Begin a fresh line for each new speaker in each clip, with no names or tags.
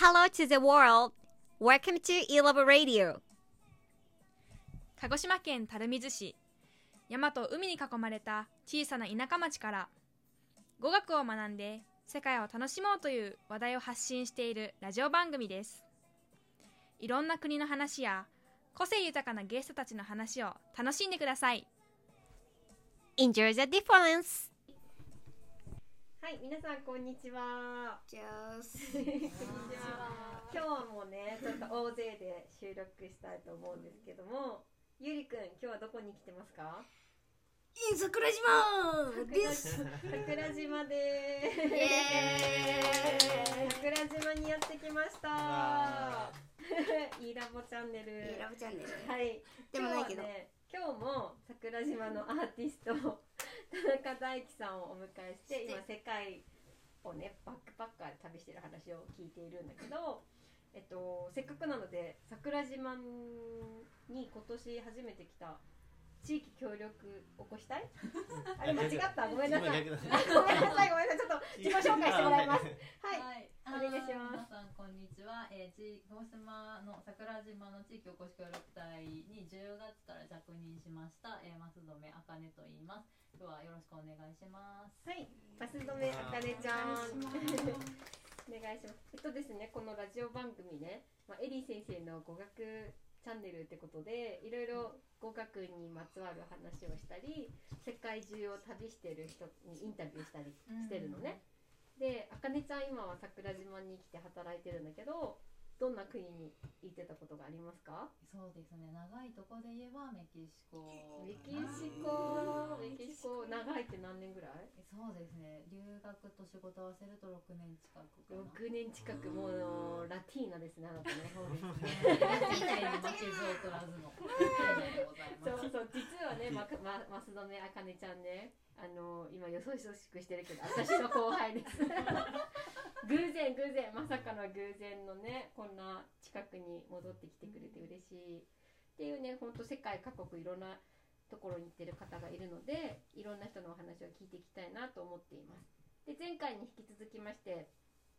Hello to the world! Welcome to Elab Radio!
鹿児島県垂水市山と海に囲まれた小さな田舎町から語学を学んで世界を楽しもうという話題を発信しているラジオ番組ですいろんな国の話や個性豊かなゲストたちの話を楽しんでください
Enjoy the difference!
はい、皆さんこんにちは。
ジャース。
今日はもうね、ちょっと大勢で収録したいと思うんですけども、ゆりくん、今日はどこに来てますか？
イン桜 島です。
桜島で
イ
す。
エ
桜島にやってきました。 いいラボチャンネ
ーイ。ラ
ル。
ブチャンネル。
はい。
でもないけ
今日は
ど
ね、今日も桜島のアーティスト田中大輝さんをお迎えして、今世界をねバックパッカーで旅してる話を聞いているんだけど、えっとせっかくなので桜島に今年初めて来た地域協力起こしたい？あれ間違った。ごめんなさい。ごめんなさい。ごめんなさい。ちょっと自己紹介してもらいます。はい。
はい、
お願いします
あー皆さんこんにちは。えー、ち鹿児島の桜島の地域おこし協力隊に10月から着任しました。えー、松留茜と言います。今日はよろしくお願いします。
はい、バス止めあかねちゃん。
お願い
お願いします。えっとですね、このラジオ番組ね、まあ、エリー先生の語学チャンネルってことで、いろいろ語学にまつわる話をしたり、世界中を旅してる人にインタビューしたりしてるのね。で、あかねちゃん今は桜島に来て働いてるんだけど、どんな国に行ってたことがありますか？
そうですね。長いとこで言えばメキシコかな。
メキシコ、メキシコ長いって何年ぐらい？
えそうですね。留学と仕事合わせると6年近くか
六
な。
年近くもうあのラティーナですねあなたね。
年。人生に負けず劣らずの。でござい
そ
ます
うそう実はねまかまマスドねあかねちゃんねあの今よそよそしくしてるけど私の後輩です。偶然偶然まさかの偶然のねこんな近くに戻ってきてくれて嬉しいっていうね本当世界各国いろんなところに行ってる方がいるのでいろんな人のお話を聞いていきたいなと思っています。で前回に引き続きまして、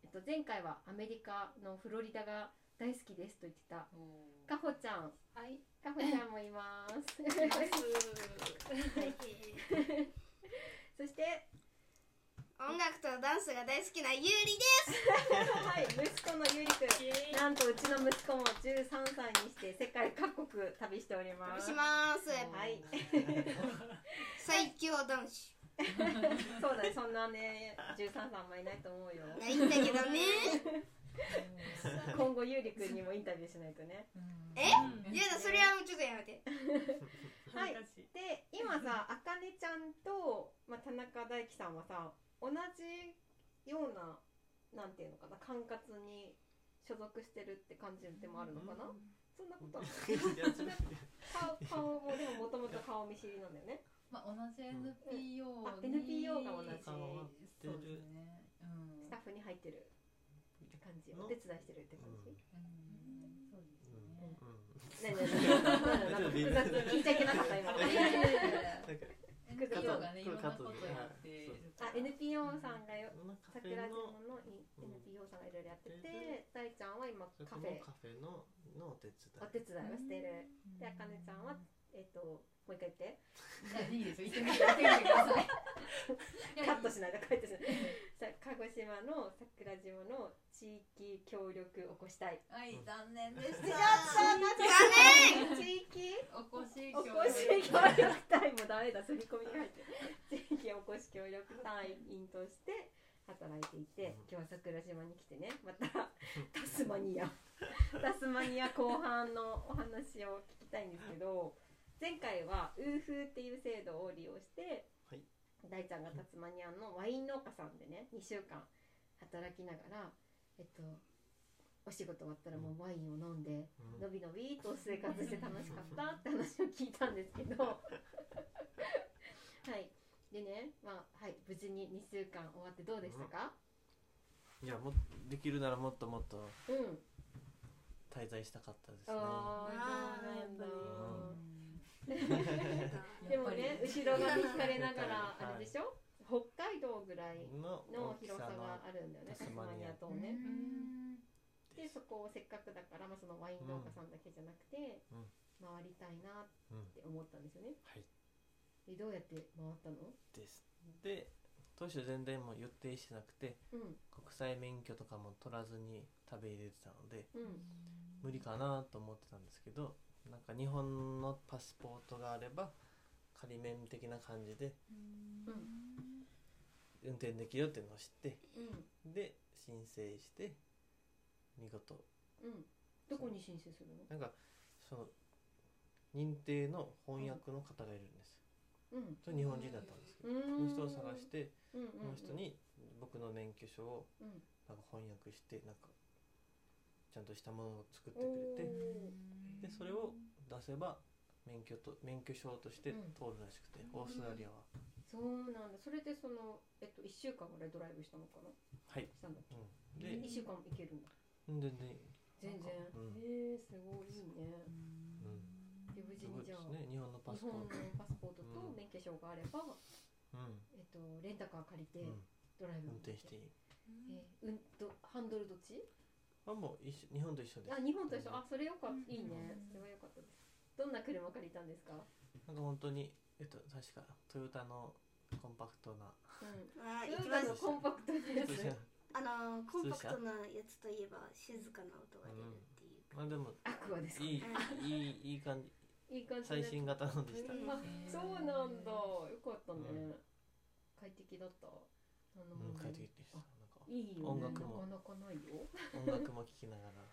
えっと、前回はアメリカのフロリダが大好きですと言ってたかほちゃん
はい。
かほちゃんもいます。そして、
音楽とダンスが大好きなゆうり
はい、息子のゆりくん。なんとうちの息子も13歳にして世界各国旅しておりま
です。
す。
します。
はい、
最強男子。
そうだね、そんなね、13歳あんまいないと思うよ。
ないんだけどね。
今後ゆりくんにもインタビューしないとね。
うん
えやだ、それはもうちょっとやめて。
はい、で、今さ、あかねちゃんと、まあ、田中大輝さんはさ、同じような、なんていうのかな、管轄に所属してるって感じでもあるのかな、そんなことはない顔顔もでももともと顔見知りなんだよね。
まあ、同じ NPO に、
あ NPO が同じ
そうですね、うん、
スタッフに入ってる感じお手伝いしてるって感じ、
うんそうです
ねえねえ
よね、
ねえなんか複雑に聞いちゃいけなかった今
いやいやいや
なんか
NPO がねいろんなことやっている
あ NPO さんがよ
このカフェ
桜島
の
のい NPO さんがいろいろやってて大ちゃんは今
そ
カ
こ
フ
の
ェ
カフェののお手伝
お手伝いをしてるであかねちゃんはえっ、ともう一回言って
いやいいですよ行ってみて行ってみてくださ いいや
カットしないで帰ってしないさ鹿児島の桜島の地域協力を起こしたい
はい残念でし
や
た
残
地域
おこし
おこし協
今日
力隊もダメだ刷り込みが入って地域おこし協力隊員として働いていて今日は桜島に来てねまたタスマニアタスマニア後半のお話を聞きたいんですけど前回はウーフーっていう制度を利用して、
はい
大ちゃんがタスマニアのワイン農家さんでね2週間働きながらえっとお仕事終わったらもうワインを飲んで。の
い
びのびと生活して楽しかったって話を聞いたんですけど はいでねまあはい無事に2週間終わってどうでしたか
いやもうできるならもっともっと
うん、
滞在したかったですね
ああ
あー
そうなんだ
念。
でもね後ろ髪引かれながら
はい
あれでしょ北海道ぐらい
の
の
大きさ
広さが
の
あるんだよね
大き
タ
さ
ス
の
マニア島ね
ねうん
でそこをせっかくだから、まあ、そのワイン農家さんだけじゃなくて、
うん
回りたいなっ
うん
て思ったんですよね
はい
でどうやって回ったの
ですで当初全然もう予定してなくて
うん
国際免許とかも取らずに食べ入れてたので
うん
無理かなと思ってたんですけどなんか日本のパスポートがあれば仮免的な感じで運転できるよっていうのを知って
うん
で申請して見事
うんどこに申請するの
なんかその認定の翻訳の方がいるんです
うん
それ日本人だったんですけ
う
どそ
ー
の
ん
人を探して
うんうん
そ
うん
の人に僕の免許証を
うん
なんか翻訳してなんかちゃんとしたものを作って
お
くれて
ー
でそれを出せば免許と免許証として
うん
通るらしくて、オーストラリアは、
そうなんだそれでそのえっと1週間ぐらいドライブしたのかな
はい、
したんだっ
うん、
け1
で
週間も行けるんだ
全然、
全然
うん
へえすごいいいね
うん、
で無事
すご
に
い
じ
で
ゃあ
すね日本のパ
日
スポー
本の
ト
パスポートと
うん
免許証があれば、
うん、
えっと、レンタカー借りて
うん、
ドライブ
運
に行
転していい
えーうんとハンドルどっち
あもう一緒日本と一緒です
あ日本と一緒あそれよかっ
うん
たいいねそれはよかったですどんな車借りたんですか、
なんか本当にえっと確かトヨタのコンパクトな
うん、
あー
ト
一
ヨ
番
タのコンパクトなやつ
そうじゃ
あ
ん
のーコンパクトなやつといえば静かな音が出るっていうか、
まあでも
アクアですか
いいいいいい感じ
いい感じの
最
やつ
新型のでした、
あそうなんだよかったね、
うん
快適だったあの
うん、快適でしたなんか
いいよ、ね、
音楽も
なかなかない よ
音楽も聴きながら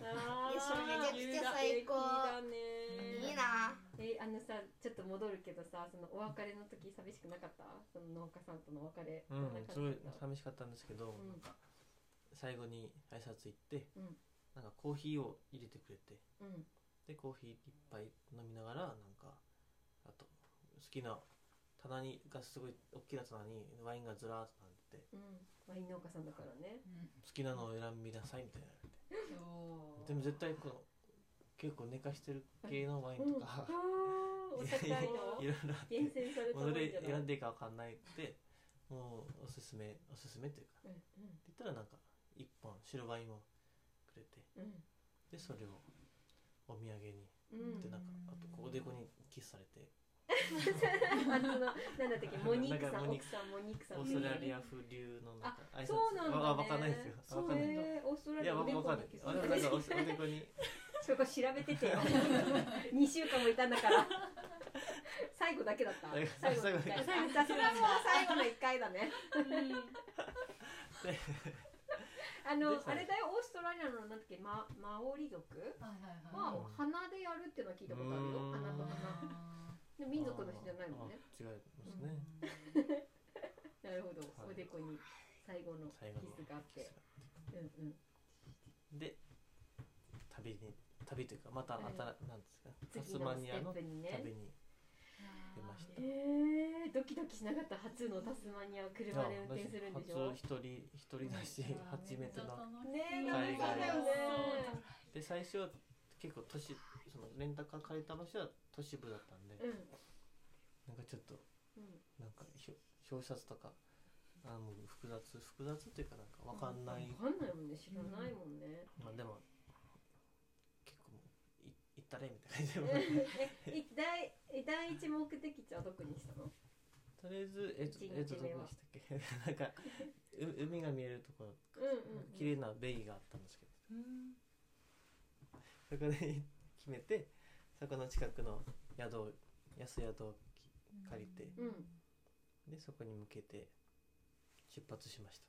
あー
いやそれめちゃくちゃ最高
有楽駅だね
いいな
えあのさちょっと戻るけどさそのお別れの時寂しくなかったその農家さんとのお別れ、
う
ど
ん
な感じ
すごい
だった
寂しかったんですけど、
うん
なんか最後に挨拶行って、
うん
なんかコーヒーを入れてくれて
うん
でコーヒー一杯飲みながらなんかあと好きな棚にがすごい大きな棚にワインがずらーっと並んでて
うんワイン農家さんだからね
好きなのを選びなさいみたいなでも絶対この結構寝かしてる系のワインとか、
うん、お高いの
いろいろあって
厳選された
も
も
うんど
じ
れ
ゃない
選んでいいかわかんないってもうおすすめおすすめというか
うん
って言ったらなんか1本白ワインをくれて
うん
でそれをお土産に
うんうん
でなんかあとこうおでこにキスされて
あのなんだったっけモニークさ
なん
ん
かモニ
奥さんモニークさん
オーストラリア風流のなんか挨拶
そうなんだ、ね、
わわかんないですよ
そう
わかんない
えーオーストラ
い
リア
や
の
わか
猫
わかんない
にキス
あでもなんかおおでこに
そこ調べてて二週間もいたんだ から最後だけだった
最後
最後の一回最後さすがもう最後の一回だね
で
あの
で
あれだよオーストラリアのなんだっけママオリ族は、
う
鼻
ん
でやるっていうのは聞いたことあるよ
うん
鼻と鼻で民族の人じゃないもんね
あー違いますね
なるほど、
はい
おでこに最後の
最後の
キスがあっ
キ
て
スが
うんうん
で旅に旅というかまた新なんですかタス
次
マ
のス
ニ
テ
ア
ッ
の
プにね
旅に出ました
えー、ドキドキしなかった初のタスマニアを車で運転するんでしょ
初一人一人だし初めての
ねえ
楽しそうだよ
ね
で最初は結構都市そのレンタカー借りた場所は都市部だったんで、
うん
なんかちょっと
うん
なんかひょ表札とかあの複雑複雑っていうかなんかわかんない、
わかんないもんね知らないもんね、
まあでも結構もうい行ったれみたいな感じで
えい第第一目的地はどこにしたの
とりあえずえっと
一日目
えっとどこで
は
したっけ なんかう海が見えるところ
うんうん
綺麗なベイがあったんですけど、そこで決めてそこの近くの宿を安宿を借りて
うん、
でそこに向けて出発しました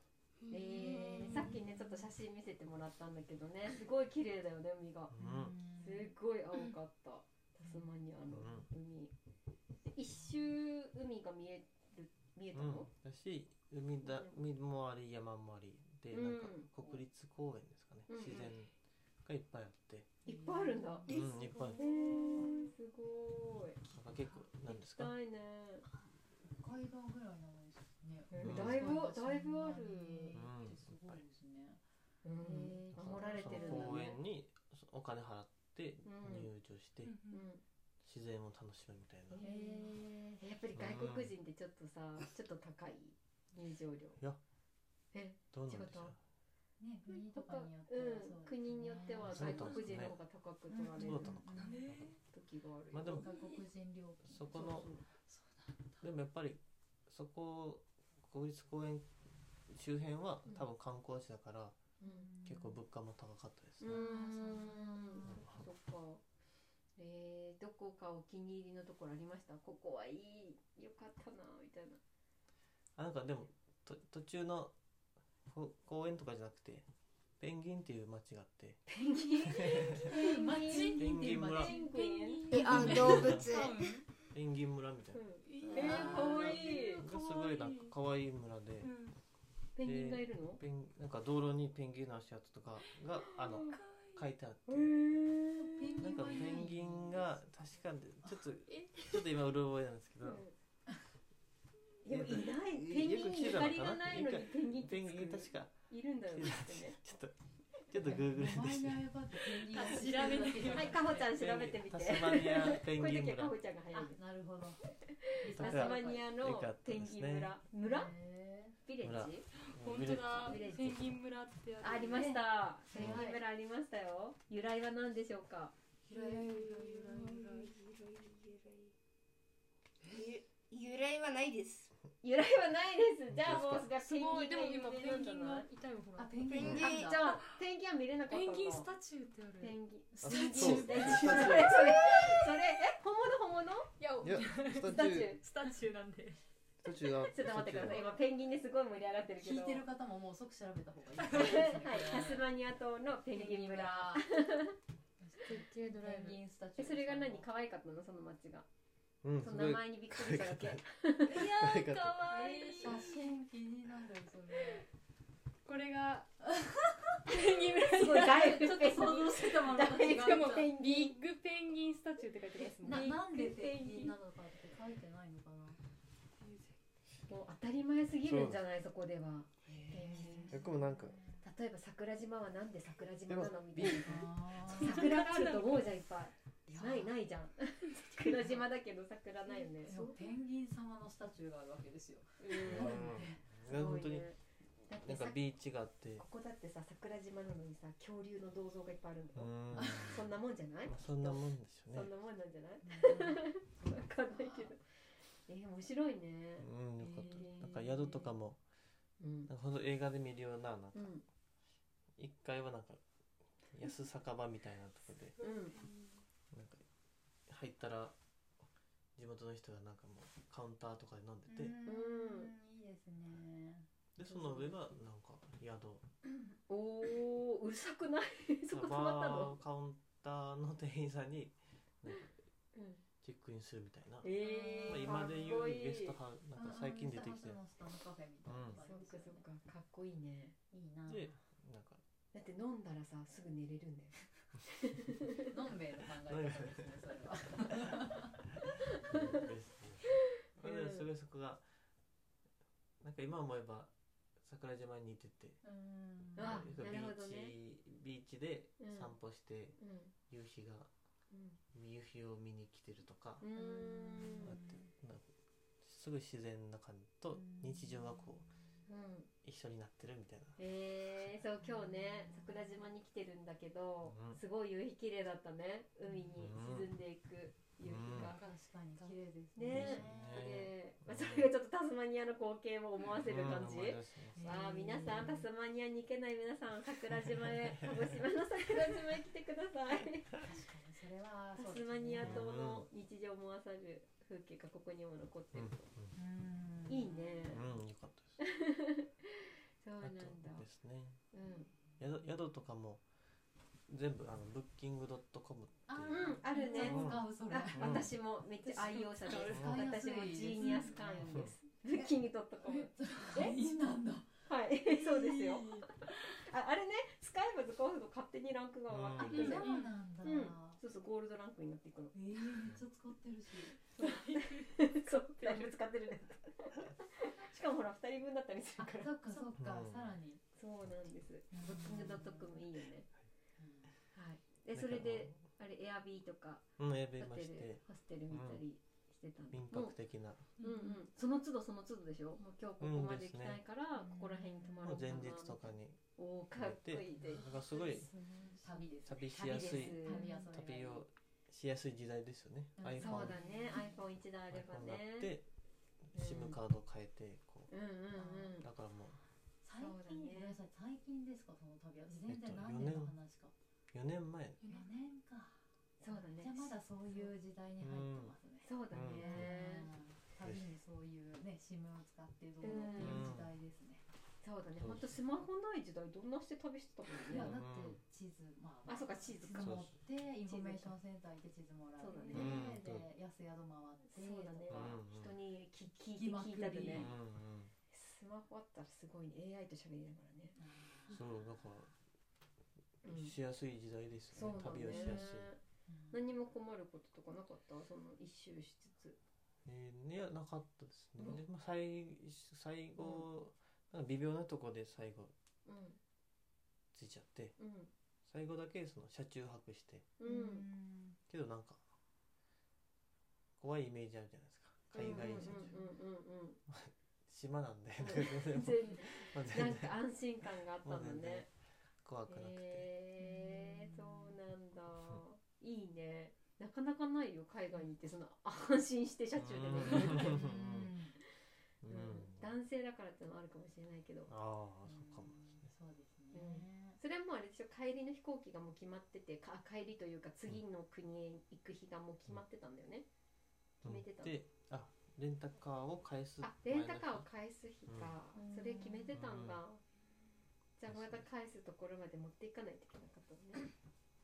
えー、さっきねちょっと写真見せてもらったんだけどねすごい綺麗だよね海が
うん
すごい青かったタスマニアの海で一周海が見える見えた
うん
の、
だし海だ海もあり山もありで
うん
なんか国立公園ですかね、
うん
自然がいっぱいあって、
いっぱいあるんだ
うん、いっぱいあって
えー、すごい
なんか結構なんですか
行きたいね
北海道ぐらいなのですね。
うん
だいぶだいぶある。すごいですね。
うん
なんか
守られてるんだ
その公
ね
園にそお金払って
うん
入場して、
うん
自然を楽しむみたいな、い
へえやっぱり外国人ってちょっとさ、ちょっと高い入場料
や
え
どうなんでしょう
違っ
ね、国とかによってはそうです
う
ね
ん、国によっては
そう
外
だっ
国
たんですね
人の方が高く取られる時があるよ。
そうだったのかまあ
うん
でも
外国人料金
そこ
そ
の
うそう
でもやっぱりそこ国立公園周辺は
うん
多分観光地だか
う
ら、
ん
結構物価も高かったです
う
ね、
ん、そっか。えー、どこかお気に入りのところありましたここはいい、よかったな、みたいな。
あなんかでもと途中のこ公園とかじゃなくてペンギンっていう町があって
ペンギン
町
ペンギン村
ペンギン
えあ動物
ペンギン村みたいな
うん えー、かわいい。
がすごいなんか可愛い村で、
ペンギンがいるの
ペンなんか道路にペンギンの足跡とかがあの書いてあって
えー、
なんかペンギンが確かにちょっとちょっと今うる覚えなんですけど、
いやいないペンギンゆかりがないのにペンギンって
ペン
つく
ギン確か
いるんだよねってね
ちょっとちょっとグーグルでした
調べて
はいかほちゃん調べてみて
タスマニアペン
こう
ギ
いう
ン
時は
村
かほちゃんが早いです
なるほど。
と
タ
か
スマニアのペンギン
よ
村、
か
村
へ
ビレッジ
もう
本当だ
ビレッジ
ペンギン村ってやつ
ありましたペ
ね
ンギン村ありましたよ由来は何でしょうか
ゆらゆらゆらゆら
由来はないです
由来はないですじゃあもうじゃあ
す
ペンギン
ごいでも今
が有
ペンギ
名
ン
な
が
んじ
いたよほ
ーあ
ら
ペンギン
ゃ
な
ない
んだ
あじゃあペンギンは見れなかったの
ペンギンスタチューってあ
ペ
る
ンギン
スタチ
そ
ュ
うス
ーっ
タチュ
て
それそれえ本物本物
いや
いやス
スタチュー
スタチューなんで
途中が
ちょっと待ってください今ペンギンですごい盛り上がってるけ
聞
ど
いてる方ももう即調べた方がいい
は
ですね。
い、タスマニア島のペンギン村。
絶景ドラ
ペンギン
イブ
スタチ
え、
ュー。
それが何、可愛かったの、その町が。
うん
そ
す
の
ごい
名前にびっくりしただけ。
可愛
い
可愛かった
可愛い。
写真気になるそれ。
これがペンギン村
すごい、だいぶ
ちょっと想像してたものと違う。
しかもビッグペンギンスタチューって書いてますもん
ななんでペンギンなのかって書いてないのかな。
もう当たり前すぎるんじゃない、そこでは。
僕もなんか
例えば、桜島はなんで桜島なのみたい
あ
な。桜があると思うじゃん、いっぱい。
ー
ない、ない じゃん。桜島だけど、桜ないよね。
でもペンギン様のスタチューがあるわけですよ。
うん
すご
本
い
当に
ね。だって
なん
さ
か、ビーチがあって
ここだってさ、桜島なのにさ、恐竜の銅像がいっぱいあるんだ
う
よ。
ん
そんなもんじゃない
まあそんなもんでしょうね
そんなもんなんじゃないわかんないけど。えー、面白いね。
うんよかった、
へー
なんか宿とかも
うん。
なんかほんと映画で見るようななんか
うん。
一階はなんか安酒場みたいなとこで
うん。
なんか入ったら地元の人がなんかもうカウンターとかで飲んでて、
いいですね。
でその上がなんか宿
おお、うるさ くない。 そこ止まった
バ
の。
ーカウンターの店員さんになんか
うん
チェックインするみたいな、
ええー。
まあ、今で言うゲス
か
ト
っこ
ハウなんか最近出てきて
あの下のカフェみたいなのがあり
いい。そ
ますよ
っか
ね
そっか、かっこいいね。
いいな。
でなんか
だって飲んだらさ、すぐ寝れるんだよ。
のんべえの考え方ですね。それは。
うん
うんですねすごいそこがなんか今思えば桜島に似てて
うん
あ
よくビ
なる
ー
ほど
チ、
ね
ビーチで
うん
散歩して
うん。
夕日が夕日を見に来てるとか、
うん。
あってなんかすごい自然な感じと日常がこう
うん。
一緒になってるみたいな、
ええー、そう、今日ね、桜島に来てるんだけど
うん、
すごい夕日綺麗だったね。海に沈んでいく夕日が。
確かに綺麗です
ね
ね
で、まあ、
うん
それがちょっとタスマニアの光景を思わせる感じ、
うん思い出すね
わあ皆さんタスマニアに行けない皆さん桜島へ 鹿児島の桜島へ来てくださ い
確かにそれは
タ
そう
ス
ですね
マニア島の日常を思わさる風景がここにも残って
うん
ると、
うん
いいね
うん、うん、よかったです
そう
あ
なんだ
とですね
うん、
宿宿とかも全部あのブッキングドットコム
あ
っていう
うん、あるね、
うん
使うそれ
あ
うん
私もめっちゃ愛用者です、
うん
私もジーニアス会員です ブッキングドットコム
えいいなんだ
はい そうですよああれね使えば使うほど勝手にランクが上がっ
あ
てい
そ
く
うん
だ
な
よ
んだ
うんそうそうゴールドランクになってい くの
えーめっちゃ使ってるし
そう、だいぶ使ってるね。しかもほら、二人分だったりす
あ
るから。
そっかそっか
うん
さらに
そうなんです。
ん
ブッキングドットコムいいよね。はい。で、それで、あれ、エアビーとか、
うん、エアベ
ホ
ま
テ
し
ル
て、
ホステル見たりししてたの
民
も
泊的な
う、うんうん、その都度その都度でしょもう今日ここ
うん
まで
で
行
す
き
ね
たいから、ここら辺に泊まろう
もう
か
前
な
日とかに
おーかっこいいで
なんかすごい
旅です
旅しやすい
旅遊びがい
旅
い
をしやすい時代ですよね
うん
iPhone
そうだね iPhone1 台あれば
iPhone になっ
ね
て SIM カード変えてこ
うんうん
うだからも
最
そうだ
近、
ね
ごめんなさい最近ですかその旅は全
えっ
然
と
何年の話か、
う4年前
四年か
そうだね
じゃあまだそういう時代に入ってますね、
そうだね、
うん旅にそういうね SIM を使ってどうのっていう時代ですね、
そうだねほんとスマホない時代どんなして旅してたもん
いや
ね
だって地図まあ
あそうか地図か
持ってインフォメーションセンター行って地図もらって
そうだね
うん
で安宿回って
そうだね
とか
うん
人に聞き
聞きまく
聞
り
いたり
う
ね
んうん
スマホあったらすごいね AI と喋りながらね、
そうだから
うん
しやすい時代です
そ
よ
う
ね、
だね
旅をしやすい、
うん
何も困ることとかなかったその一周しつつ
えー、いやなかったですね、
うん
でまあ、最最後、なんか微妙なとこで最後
う
ついちゃって
ん
最後だけその車中泊して
うんうん
けどなんか怖いイメージあるじゃないですか海外車中泊、
うんうんうん
島なんで、
うん全
まあ
なん
全然
か安心感があった
も
の
う全然
ね
怖くなくて、
へえそうなんだいいねなかなかないよ海外に行ってその安心して車中で寝れるって
う
うん
う
ん
ん
うん男性だからってのもあるかもしれないけど
ああそうかもですね
そうですね、
それはもうあれでしょ帰りの飛行機がもう決まっててか帰りというか次の国へ行く日がもう決まってたんだよね、決めてたの
であレンタカーを返す
あレンタカーを返す日
うん
か、
うん
それ決めてたんだ、
う
じゃあまた返すところまで持っていかないといけなかったのね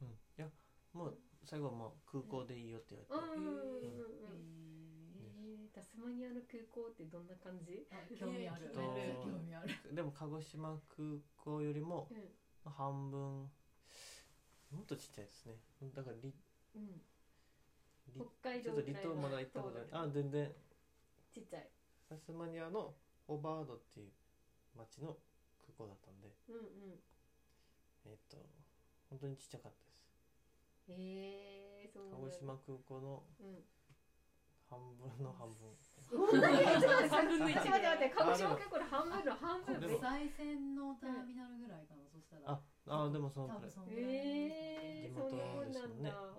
うん、いやもう最後はもう空港でいいよって言
うん
われて、
うんうんうんえータスマニアの空港ってどんな感じ
あ興味ある、
えっと
興味ある
でも鹿児島空港よりも
うん
半分もっとちっちゃいですねだからり
うん
り
北海
ちょ
道
っと離島まだ行ったことないあ全然
ちっちゃい
タスマニアのオバードっていう町の空港だったんで
うんうん
えっ、と本当にちっちゃかったです
えー、そう
鹿児島空港の
うん
半分の半分
そんなにちょっと待
3分の
って
1
待って待って鹿児島空港の半分の半分
で
国
も
際線のターミナルぐらいかな、そしたら
ああでもその
多
くら
分
い
そのぐらい
えー、そういうもんなんだ、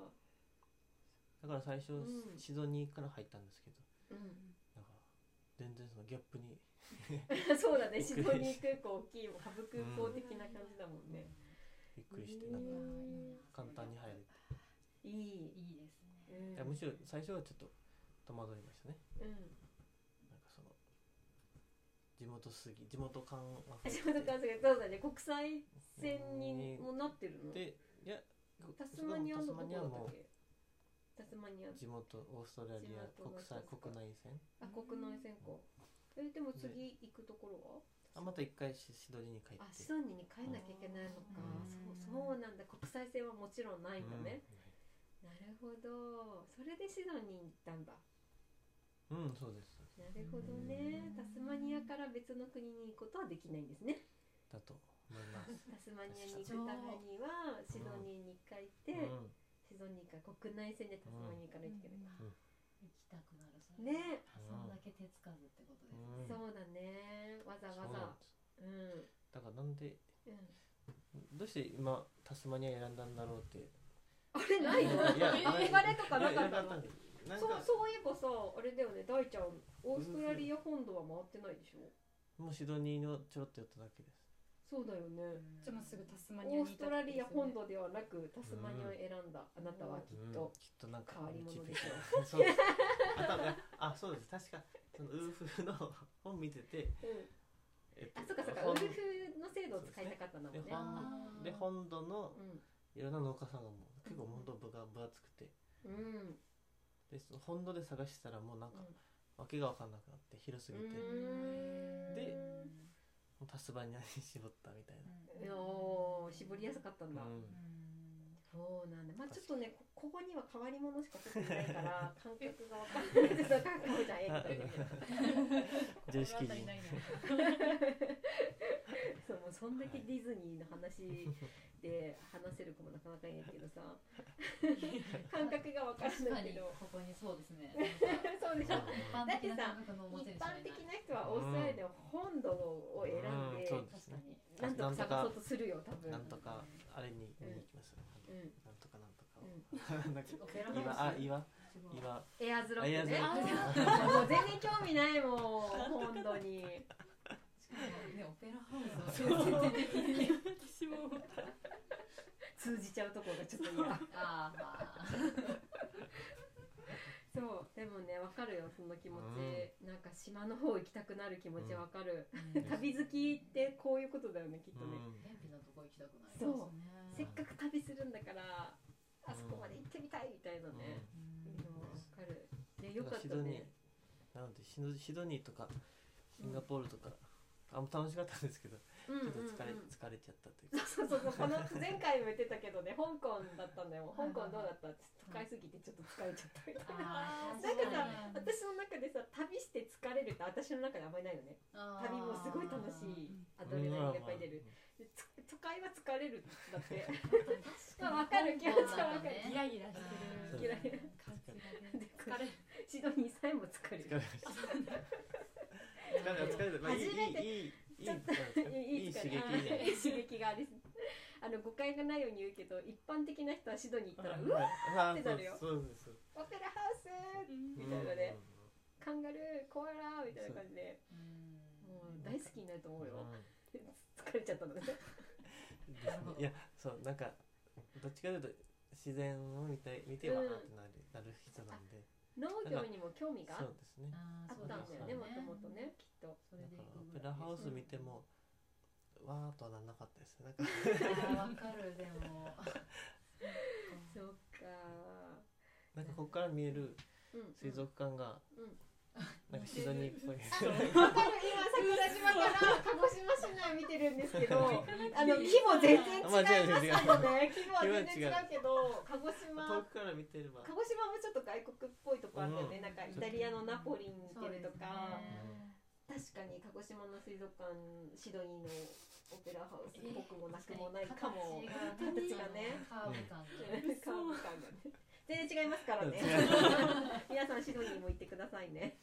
だから最初、
うん
シドニーから入ったんですけど
うん
なんか全然そのギャップに
そうだね、シドニー空港大きいもん、ハブ空港的な感じだもんね。
びっくりしてなんか簡単に入れて、
いい。
いいですね
うん
いやむしろ最初はちょっと戸惑いましたね
うん。
なんかその地元すぎ地元感あふれ
橋
て
本監督、どうだね、国際線にもなってるの。
でいや
タスマニアのど
タス
こだ
マ
っ
ニ
たっ
ア
けタスマニア。
も地元オーストラリア
地元
国際
そうか
国内線
あ、国内線か。え、でも次行くところ
あまた一回シシドニーに帰っ
はあ、
て
シドニーに帰んなきゃいけないのか。そうそうなんだ、国際線はもちろんないんだね。なるほど。それでシドニーに行ったんだ。
うん、うんそうです
なるほどね。タスマニアから別の国に行くことはできないんですね。
だと思います、
タスマニアに行くためにはシドニーに1回行って、
うん
シドニーから国内線でタスマニアから行ってくれた、
行きたくなるそれ
ね
そんだけ手つかずってことです
うん
そうだねわざ
そう
わざ
なんです
うん
だからなんで
うん
どうして今タスマニア選んだんだろうって
あれないの
い や
言われとかなかっ
い
た
やいや
の
んですなん
そう
か
そういえばさあれだよね大ちゃんオーストラリア本土は回ってないでしょ
もうシドニーのちょろっと寄っただけです
そうだよね
じゃあもうすぐタスマニアに
オー
いた
ストラリア本
土
土ではなくタスマニアを選んだあなたはきっ
うん
と、
きっとなんか
変わり者でしょ
う そうですあ多分あそうです確かそのウーフの本見てて、
うん
えっと
あそうかそうかウ
本
ルフの制度を使いたかったんだもんね
で本で本土の
うん
いろんな農家さんがもう結構本土分が分厚くて
うん
でその本土で探してたらもうなんか
うん
わけが分かんなくなって広すぎて、もでうタスマニアに絞ったみたいな、
ね
おー絞りやすかったんだ、
うん
そうなんだまあちょっとねこここには変わり者しか撮ってないから 感覚がわかんないですよ感覚じゃんえっと
常識人
ないね
そのもうそんだけディズニーの 話で話せる子もなかなかいないけ どさ感覚が分
確
から
か
ない
に
けど
ここにそうですね
そうでしょ
一般的な感覚の持
一
ち主が
般
い
的
ない
な人はオーストラリアで本土を選んで、
うんそう
確かに
なんとか探そうとするよ多分
なんとかあれに見に行きましたね
うん
なんとかなんとか
うん
を なんか
オペラハウス
岩あ岩
すごい
岩
エアーズロッ
あ
ク
エアーズロ
ね
ック
もう全然興味ないもん本土に
しかもねオペラハウスを全然的に
私も
通じちゃうところがちょっと嫌
あーまあ
そうでもねわかるよその気持ち、なんか島の方行きたくなる気持ちわかる、
うん
旅好きってこういうことだよねきっとね、
便利なとこ行きたくなりますね
そうせっかく旅するんだからあそこまで行ってみたいみたいな
うん
ね、
うん
いいのわかるでよ
だ
から
か
っ
シ
た
ドニ
ね
ーなのでシドシドニーとかシンガポールとかあんま楽しかったんですけどち
うんうん
ょっと
うん
疲れ疲れちゃったというか
そうそうそうこの前回も言ってたけどね 香港だったんだよ香港どうだった都会すぎてちょっと疲れちゃったみたいな
あー
なんかさ
確に
私の中でさ旅して疲れるって私の中であんまりないよね
あー
旅もすごい楽しいアドレナリンがいっぱい出るでつ都会は疲れるだってまあわかる気持ちはわかる
香港だね
ギラギラして
そう
る
嫌いな
感じがね
で
疲れ
シドニーさえも疲れ
疲れ
る
ました疲れ疲れたまあいい
初めて
いいいい
ちょっ
いいいい刺激じゃない
いい 刺激がありあの誤解がないように言うけど一般的な人はシドニー行ったら「うわ
わ
ってなるよ
そうですそうです
オペラハウス
うん
みたいなね
うん
カンガルーコアラ」みたいな感じで
うん
もう大好きになると思うよ
うん
疲れちゃったのね
ですねいやそうなんかどっちかというと自然を見たい見ては
うん
なってなる,、なる人なんで
農業にも興味が
そうですね
あ
あ
ー
っ
そ
た
うん
だ
だ
よ
よ
ね
ね
もともとねきっと
そ
だ
れ
か
で
ら
行く
オ
ぐ
ペ
ら
ラ
い
ハウス見てもわーとはなんなかったですねなんか
あーわかるでも
そっか
なんかここから見える
うん
水族館が、
うん
なんかシドニーっぽい、
わかる今桜島から鹿児島市内見てるんですけどあの規模全然違いま
まあ違う違う違う
すよね規模は全然違うけど鹿児島
遠くから見てれば
鹿児島もちょっと外国っぽいとこあったよね、
うん
なんかイタリアのナポリに似
そう
てる
です
と
ね
か、確かに鹿児島の水族館シドニーのオペラハウスっぽくもなくもないかも
形
がね
カーブ感
カ
が
ーブ感がね 全然違いますからね
違う
皆さんシドニーも行ってくださいね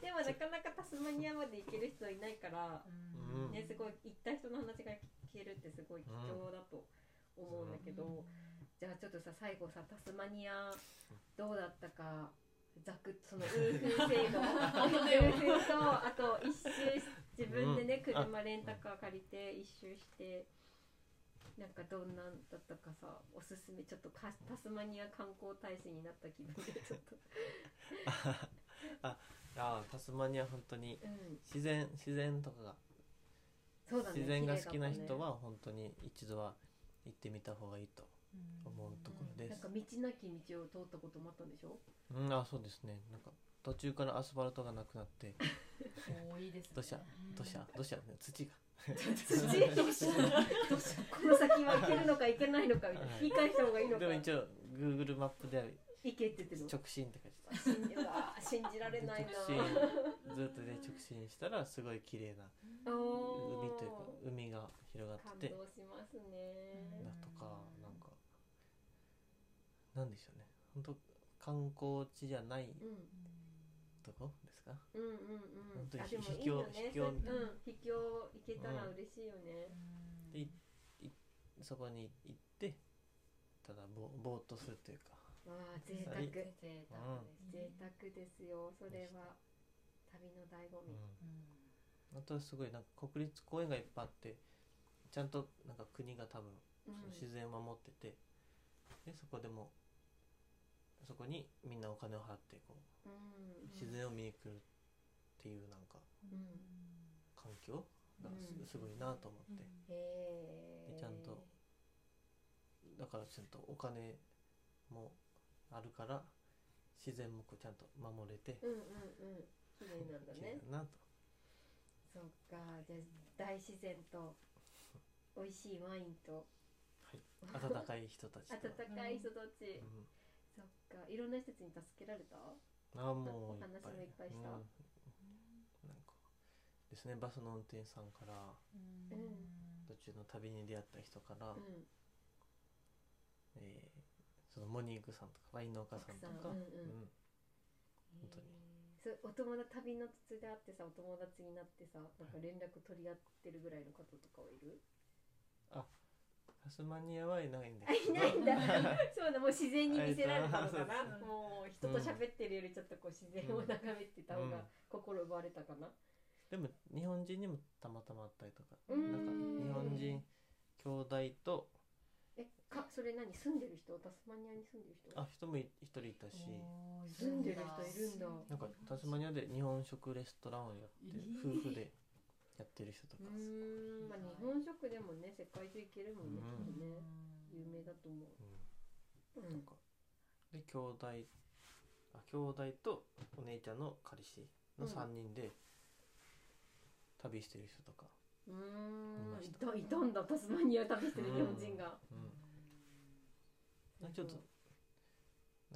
でもなかなかタスマニアまで行ける人いないから、
うん
ね、すごい行った人の話が聞けるってすごい貴重だと思うんだけど、じゃあちょっとさ最後さタスマニアどうだったかざくっとそ のウーフー制度ウーフーとあと一周し自分でね、
うんあ
車レンタカー借りて一周してなんかどんなんだったかさおすすめちょっとかタスマニア観光大使になった気分でちょっと、
あータスマニア本当に
うん、
自然自然とかが
そうだね
自然が好きな
綺麗だ
人
ったね
は本当に一度は行ってみた方がいいと思うところで
なん
す
か道なき道を通ったこともあったんでしょ
うん、あそうですねなんか途中からアスファルトがなくなって
多いですね
土砂土砂土砂土が
土 どうしようどうしようこの先は行けるのか行けないのかみたいな
はい
言い返した方がいいのか
でも一応 Google マップでは
行けって言ってるの
直進って書いてた
信じうわー信じられ
で
ない
直
な
進ずっとで直進したらすごい綺麗な
おー
海というか海が広がっ
感
てて
動しますね
だとかなんかなんでしょうね本当観光地じゃない
うん
とこですか
うんうん
本
う
当
ん
に
あでもいいよね
秘境
そううん秘境行けたら嬉しいよね
うん
でいいそこに行ってただぼぼーっとするというか
わあ贅沢
う
贅
ん
贅沢ですね
沢ですよそれは旅の醍醐味
う
あとはすごいなんか国立公園がいっぱいあってちゃんとなんか国が多分
うん
その自然を守ってて、でそこでもそこにみんなお金を払ってこう
うん
自然を見に来るっていうなんか
うん
環境がす,、
うん
ごいなと思って、
へー
でちゃんとだからちゃんとお金もあるから自然もこうちゃんと守れて
うんうんうん綺麗なんだ
綺
ね
麗だなと
そっかじゃあ大自然と美味しいワインと
温かい人たちと
温かい人たち、
うん
そっかいろんな人たちに助けられた
ああもう
お話もいっぱいした
うんなんかですねバスの運転手さんから
うん
途中の旅に出会った人から、
うん
えーそのモニークさんとかワインのお母さんとか
奥さんうんうん
うん本当
え
に
ーそお友達旅の途中で会ってさお友達になってさなんか連絡取り合ってるぐらいの方とかはいる
タスマニアはいないん
あ
だ
い
け
な
ど
いんだ そうだもう自然に見せられたのか
あい
な
た
もう人と喋ってるよりちょっとこう自然を眺めてた方
うん
が心奪われたかな
でも日本人にもたまたまあったりとか
うーん
なんか日本人兄弟と
えかそれ何住んでる人タスマニアに住んでる人
あ人もい一人いたし
おー
住んでる人いるんだ
なんかタスマニアで日本食レストランをやってる
えー
夫婦でやってる人とか
うーんまあ日本食でもね世界中行けるもんね、
うん
きっとね有名だと思う
うん
うん
なんかで兄弟あ兄弟とお姉ちゃんの彼氏
う
の
ん
3人で旅してる人とか、
う
見
ーん
ま
い
した
たいたんだタスマニア旅してる日本人が、
うん、ちょっと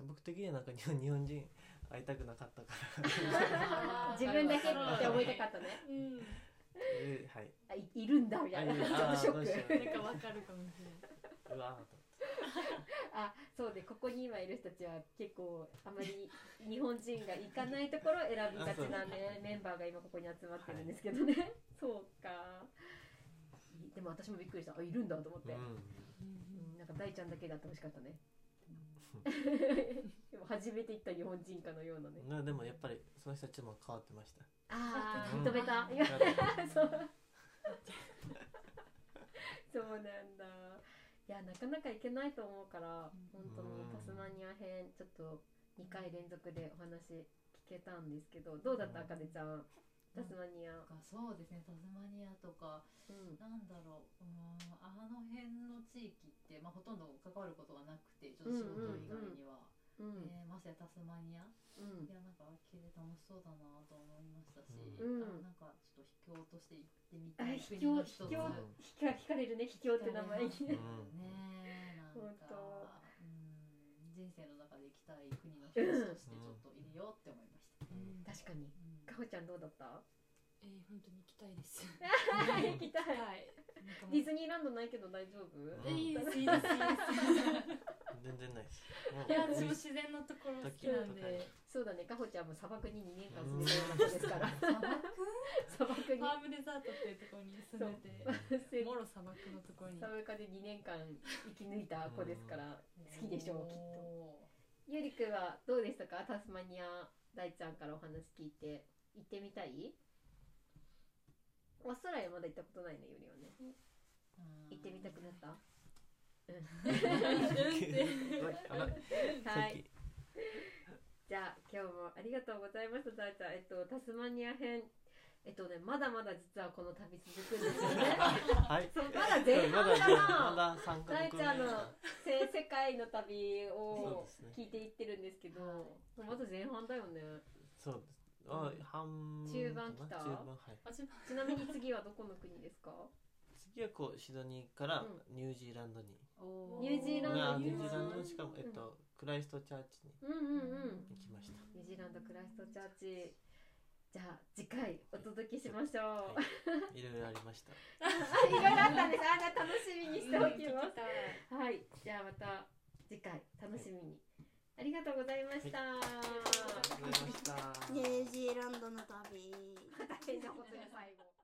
僕的にはなんか日本日本人会いたくなかったから
自分だけって思いたかったね
うん
ではい
あいいるんだみたいな
あ
ち
いる
ょっとショ
あーどう
ック
しよ
なんかわかるかもしれないう
うわーと
あそうでここに今いる人たちは結構あまり日本人が行かないところを選びがちな、ね、メンバーが今ここに集まってるんですけどね、そうかいでも私もびっくりしたあいるんだと思って、
思って、
うんなんか大ちゃんだけが楽しかったね でも初めて行った日本人かのようなね
うん、なでもやっぱりその人たちも変わってました
あ
う
あ
ん
認めた、いや
なんか
そうそうなんだいやなかなか行けないと思うから本当に
うん
タスマニア編ちょっと2回連続でお話聞けたんですけどどうだった
うん
あかねちゃんタスマニア、
なんかそうですねタスマニアとか
うん
なんだろううーんあの辺の地域って、まあ、ほとんど関わることがなくてちょっと仕事以外には、
うん
えーましてやタスマニア
うん
いやなんか聞いて楽しそうだなと思いましたし、
うん
あなんかちょっと秘境として行ってみ
あ
たい
秘
国
境
の
秘
一つ
境ひか惹かれるね秘境って名前に
うん
ねえなん
本
か
当
うん人生の中で行きたい国の一つとしてちょっと入れようって思いました、
うん
確かに
うん
かほちゃんどうだった
えー、本当に行きたいで す
行きたい
はいなんかもう
ディズニーランドないけど大丈夫、
えいいですいいですいい
全然ないです
ですいや私
もう
も自然のところ好
好
き
き
な
なんん
で
で
そうだねかほちゃんも砂漠に2年間住んでるような子ですから
砂漠
砂漠に
パームデザートっていうところに住んで て
せ
もろ砂漠のところに
寒い風2年間生き抜いた子ですから好きでしょうきっと
お
ゆりくんはどうでしたかタスマニア大ちゃんからお話聞いて行ってみたいオーストラリアまだ行ったことないのゆりはね
ーうん
行ってみたくなったは
あらさっ
い
き
じゃあ今日もありがとうございました大ちゃんえっとタスマニア編えっとねまだまだ実はこの旅続くんですよね
はい
そうまだ前半
ま
かな
だまだ三
大
回
ちゃんのせ世界の旅を
そうです
聞いていってるんですけど、まだ前半だよね。
そうですあ半分
中盤来た
かな中盤はい
あちょっ
ちなみに次はどこの国ですか？
次はこうシドニーから
う
ニュージーランドに、
お
ニュージーランド
まあ
ニ
ニ
ュ
ュー
ージ
ジー
ーラ
ラン
ンド
ドしかも、えっと、クライストチャーチに
うんうんうん。
行き ました、
ニュージーランドクライストチャーチ。じゃあ次回お届けしましょう。
はい、いろいろありました
あいろいろあったんです。あ楽しみにしておきま
聞きたい
す。はい。じゃあまた次回楽しみに。ありがとうございました。
ありがとうございました
ニュージーランドの旅。
大変なことや最後。